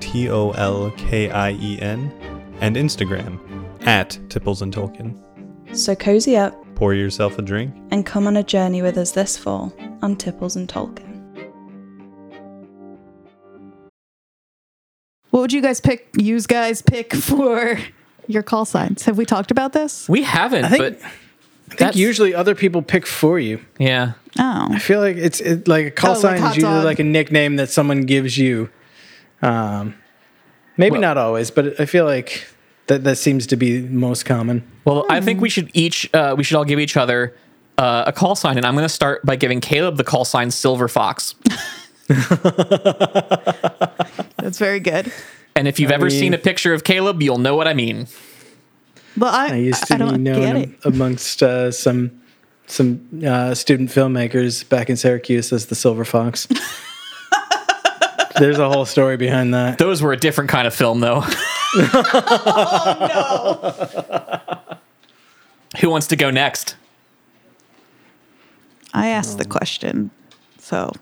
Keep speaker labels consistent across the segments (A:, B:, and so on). A: T O L K I E N. And Instagram, at Tipples and Tolkien.
B: So cozy up
A: Pour yourself a drink.
B: and come on a journey with us this fall on Tipples and Tolkien.
C: What would you guys pick? Use guys pick for your call signs. Have we talked about this?
D: We haven't,
E: I think-
D: but
E: I think
D: That's-
E: usually other people pick for you.
D: yeah.
C: Oh,
E: I feel like it's it, like a
C: Oh,
E: call
C: like
E: sign
C: hot
E: is usually
C: dog.
E: like a nickname that someone gives you. Um, maybe
D: Well-
E: not always, but I feel like that that seems to be most common.
D: Well, I think we should each uh, we should all give each other uh, a call sign, and I'm going to start by giving Caleb the call sign Silver Fox.
C: that's very good.
D: And if you've ever
E: mean-
D: seen a picture of Caleb, you'll know what I mean.
C: Well, I,
E: I used to
C: I
E: be
C: don't
E: known
C: get it.
E: am- amongst uh, some some uh, student filmmakers back in Syracuse as the Silver Fox. There's a whole story behind that.
D: Those were a different kind of film, though. Who wants to go next?
C: I asked the question, so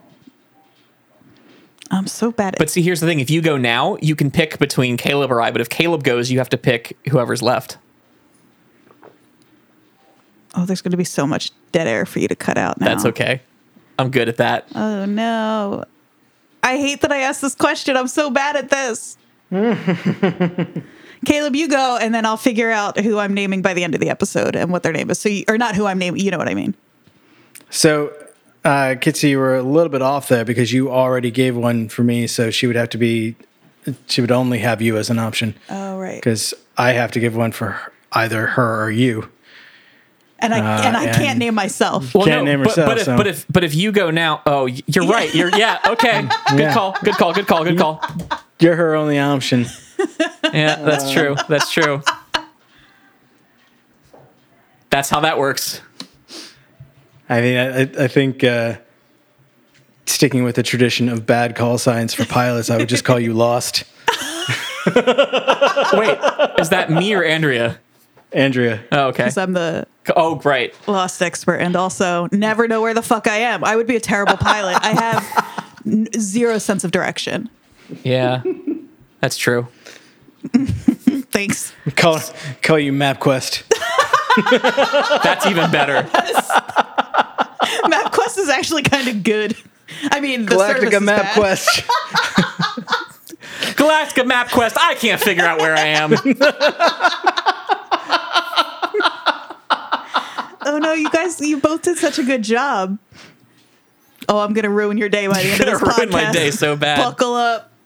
C: I'm so bad at.
D: But see, here's the thing: if you go now, you can pick between Caleb or I. But if Caleb goes, you have to pick whoever's left.
C: oh, there's going to be so much dead air for you to cut out. Now.
E: Oh.
D: That's okay. I'm good at that.
C: Oh no, I hate that I asked this question. I'm so bad at this. Caleb, you go, and then I'll figure out who I'm naming by the end of the episode and what their name is. So, you, or not who I'm naming. You know what I mean?
E: So, uh, Kitsy, you were a little bit off there because you already gave one for me. So she would have to be, she would only have you as an option
C: Oh right.
E: because I have to give one for either her or you.
C: and I
E: Uh,
C: and I can't
E: and-
C: name myself.
D: Well,
E: Can't name
D: but,
E: herself,
D: But if,
E: so-
D: but if but if you go now, oh, y- you're right. You're yeah. Okay. Good
E: Yeah.
D: call. Good call. Good call. Good call.
E: You're her only option.
D: Yeah, that's true. That's true. That's how that works.
E: I mean, I, I- I think uh, sticking with the tradition of bad call signs for pilots, I would just call you Lost.
D: Wait, is that me or Andrea?
E: Andrea,
D: Oh, okay.
C: Because I'm the
D: Oh, right.
C: lost expert, and also never know where the fuck I am. I would be a terrible pilot. I have n- zero sense of direction.
D: Yeah, that's true.
C: Thanks.
E: call, call you MapQuest.
D: That's even better.
C: MapQuest is actually kind of good. I mean, the service
E: Galactica
C: is bad.
E: MapQuest.
D: Galactica Map Quest. I can't figure out where I am.
C: Oh no, you guys, you both did such a good job. Oh, I'm gonna ruin your day by the end of
D: Gonna
C: this
D: ruin my
C: podcast.
D: day so bad.
C: Buckle up.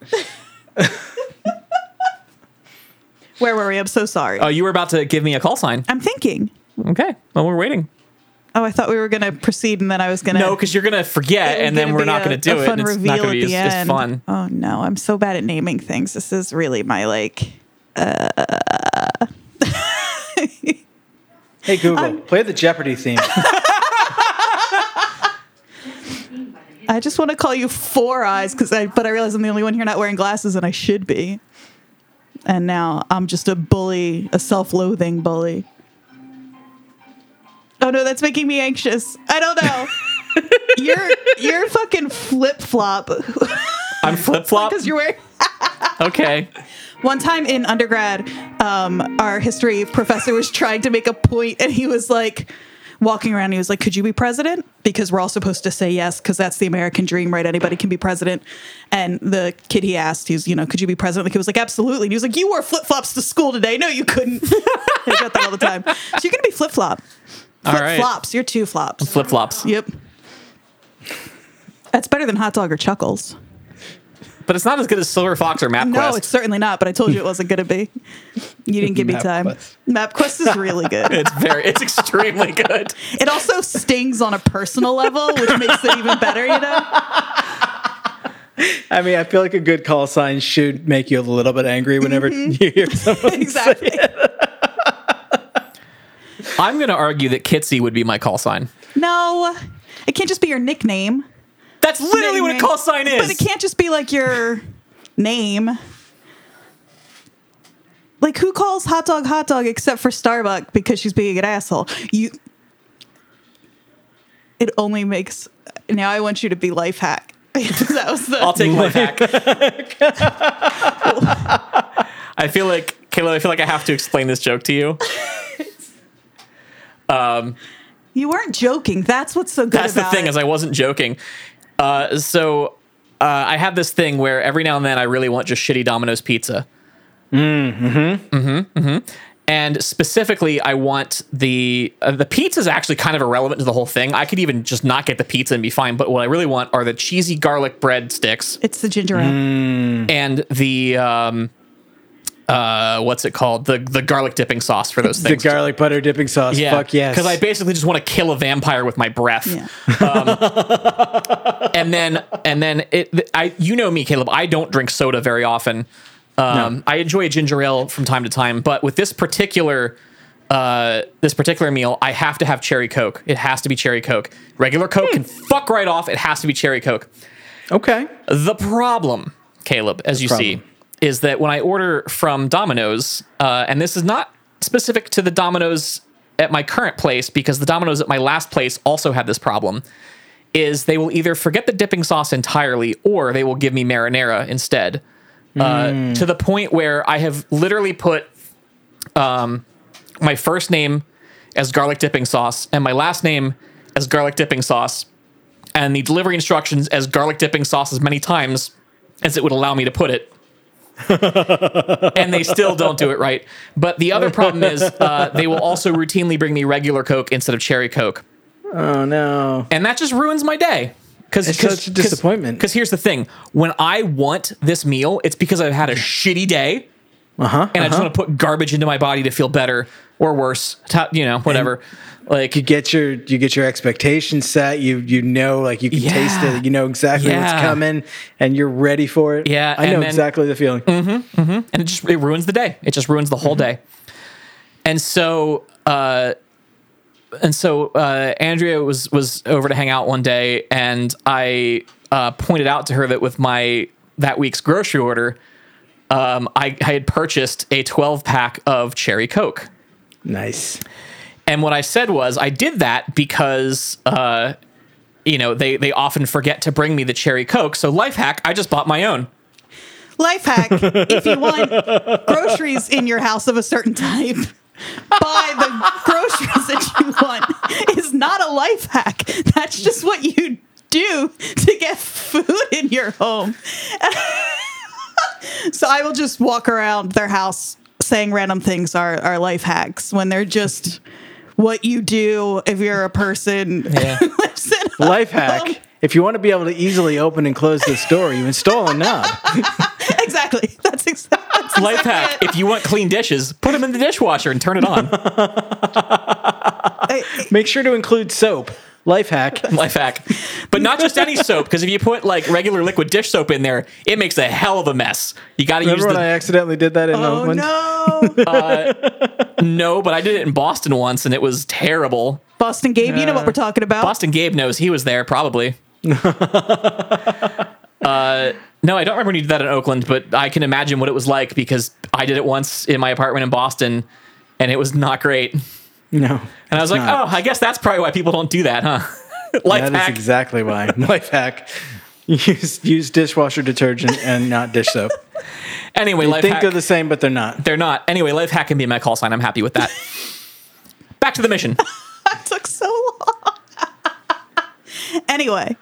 C: Where were we? I'm so sorry.
D: Oh, you were about to give me a call sign.
C: I'm thinking.
D: Okay. Well, we're waiting.
C: Oh, I thought we were gonna proceed, and then I was gonna
D: No, because you're gonna forget,
C: It was
D: and then
C: gonna
D: we're
C: be
D: not
C: a-
D: gonna do
C: a
D: it.
C: Fun
D: And it's
C: reveal
D: not gonna be
C: at the
D: as, as
C: end.
D: fun.
C: Oh no, I'm so bad at naming things. This is really my like.
E: Hey, Google, play the Jeopardy theme.
C: I just want to call you Four Eyes because I, but I realize I'm the only one here not wearing glasses, and I should be. And now I'm just a bully, a self-loathing bully. Oh no, that's making me anxious. I don't know. you're you're fucking flip flop
D: I'm flip flop.
C: because you're wearing.
D: Okay.
C: One time in undergrad, um, our history professor was trying to make a point, and he was like walking around. And he was like, "Could you be president?" Because we're all supposed to say yes, because that's the American dream, right? Anybody can be president. And the kid he asked, he's you know, "Could you be president?" Like he was like, "Absolutely." And he was like, "You wore flip flops to school today? No, you couldn't." I got that all the time. So you're gonna be flip flop,
D: All
C: flip
D: right.
C: flops. You're two flops.
D: Flip flops.
C: Yep. That's better than hot dog or chuckles.
D: But it's not as good as Silver Fox or MapQuest.
C: No, it's certainly not. But I told you it wasn't going to be. You didn't give me time.
E: MapQuest.
C: MapQuest is really good.
D: It's very, it's extremely good.
C: It also stings on a personal level, which makes it even better. You know.
E: I mean, I feel like a good call sign should make you a little bit angry whenever you hear someone.
C: exactly.
D: I'm going to argue that Kitsy would be my call sign.
C: No, it can't just be your nickname.
D: That's literally what a call sign is.
C: But it can't just be like your name. Like who calls hot dog hot dog except for Starbuck because she's being an asshole? You. It only makes. Now I want you to be life hack. that was the.
D: I'll take my hack. I feel like Caleb. I feel like I have to explain this joke to you.
C: you weren't joking. That's what's so good.
D: That's the
C: about
D: thing
C: it.
D: is I wasn't joking. Uh, so uh, I have this thing where every now and then I really want just shitty Domino's pizza. Mm, hmm Mm-hmm.
E: Mm,
D: Mm-hmm. And specifically, I want the uh, the pizza is actually kind of irrelevant to the whole thing. I could even just not get the pizza and be fine. But what I really want are the cheesy garlic bread sticks.
C: it's the ginger ale.
D: Mm.
E: Mm.
D: and the um uh what's it called the the garlic dipping sauce for those
E: The
D: things
E: garlic butter dipping sauce. Fuck yes.
D: because i basically just want to kill a vampire with my breath
C: Yeah.
D: and then and then it th- i you know me caleb i don't drink soda very often um i enjoy a ginger ale from time to time but with this particular uh this particular meal i have to have cherry coke it has to be cherry coke regular coke can fuck right off it has to be cherry coke
E: okay.
D: The problem, Caleb, as you
E: problem.
D: see, is that when I order from Domino's, uh, and this is not specific to the Domino's at my current place because the Domino's at my last place also had this problem, is they will either forget the dipping sauce entirely or they will give me marinara instead. Uh, to the point where I have literally put um, my first name as garlic dipping sauce and my last name as garlic dipping sauce and the delivery instructions as garlic dipping sauce as many times as it would allow me to put it. and they still don't do it right. But the other problem is uh, they will also routinely bring me regular Coke instead of cherry Coke.
E: Oh no.
D: And that just ruins my day. Cause,
E: It's such a disappointment.
D: Because here's the thing when I want this meal, it's because I've had a shitty day. Uh-huh, and I just want to put garbage into my body to feel better or worse, to- you know, whatever. like
E: You get your you get your expectations set. You you know like you can
D: Yeah.
E: taste it. You know exactly
D: Yeah.
E: what's coming, and you're ready for it.
D: Yeah,
E: I know
D: and then- Mm.
E: exactly the feeling.
D: and it just it ruins the day. It just ruins the whole day. And so uh and so uh Andrea was was over to hang out one day and I uh pointed out to her that with my that week's grocery order um I, I had purchased a 12 pack of cherry coke.
E: Nice.
D: And what I said was, I did that because, uh, you know, they they often forget to bring me the cherry coke. So life hack, I just bought my own.
C: Life hack: if you want groceries in your house of a certain type, buy the groceries that you want. Is not a life hack. That's just what you do to get food in your home. so I will just walk around their house saying random things are are life hacks when they're just what you do if you're a person who lives in
D: Uh,
C: a
E: Life
D: um,
E: hack.
C: home.
E: If you want to be able to easily open and close this door, you install a knob.
C: Exactly. That's exactly.
D: Life hack: if you want clean dishes, put them in the dishwasher and turn it on.
E: Make sure to include soap. Life hack.
D: Life hack, but not just any soap because if you put like regular liquid dish soap in there, it makes a hell of a mess. You got to use
E: Remember when I
D: the
E: accidentally did that in
C: Oh
E: Oakland?
C: no!
D: no, but I did it in Boston once and it was terrible.
C: Boston Gabe, you know what we're talking about.
D: Boston Gabe knows he was there probably. uh, no, I don't remember when you did that in Oakland, but I can imagine what it was like because I did it once in my apartment in Boston, and it was not great. And
E: No.
D: I was like,
E: not.
D: oh, I guess that's probably why people don't do that, huh? Life
E: That is
D: hack.
E: exactly why. Life hack. Use, use dishwasher detergent and not dish soap.
D: anyway, life
E: Think
D: hack.
E: they're the same, but they're not.
D: They're not. Anyway, life hack can be my call sign. I'm happy with that. Back to the mission.
C: That took so long. anyway,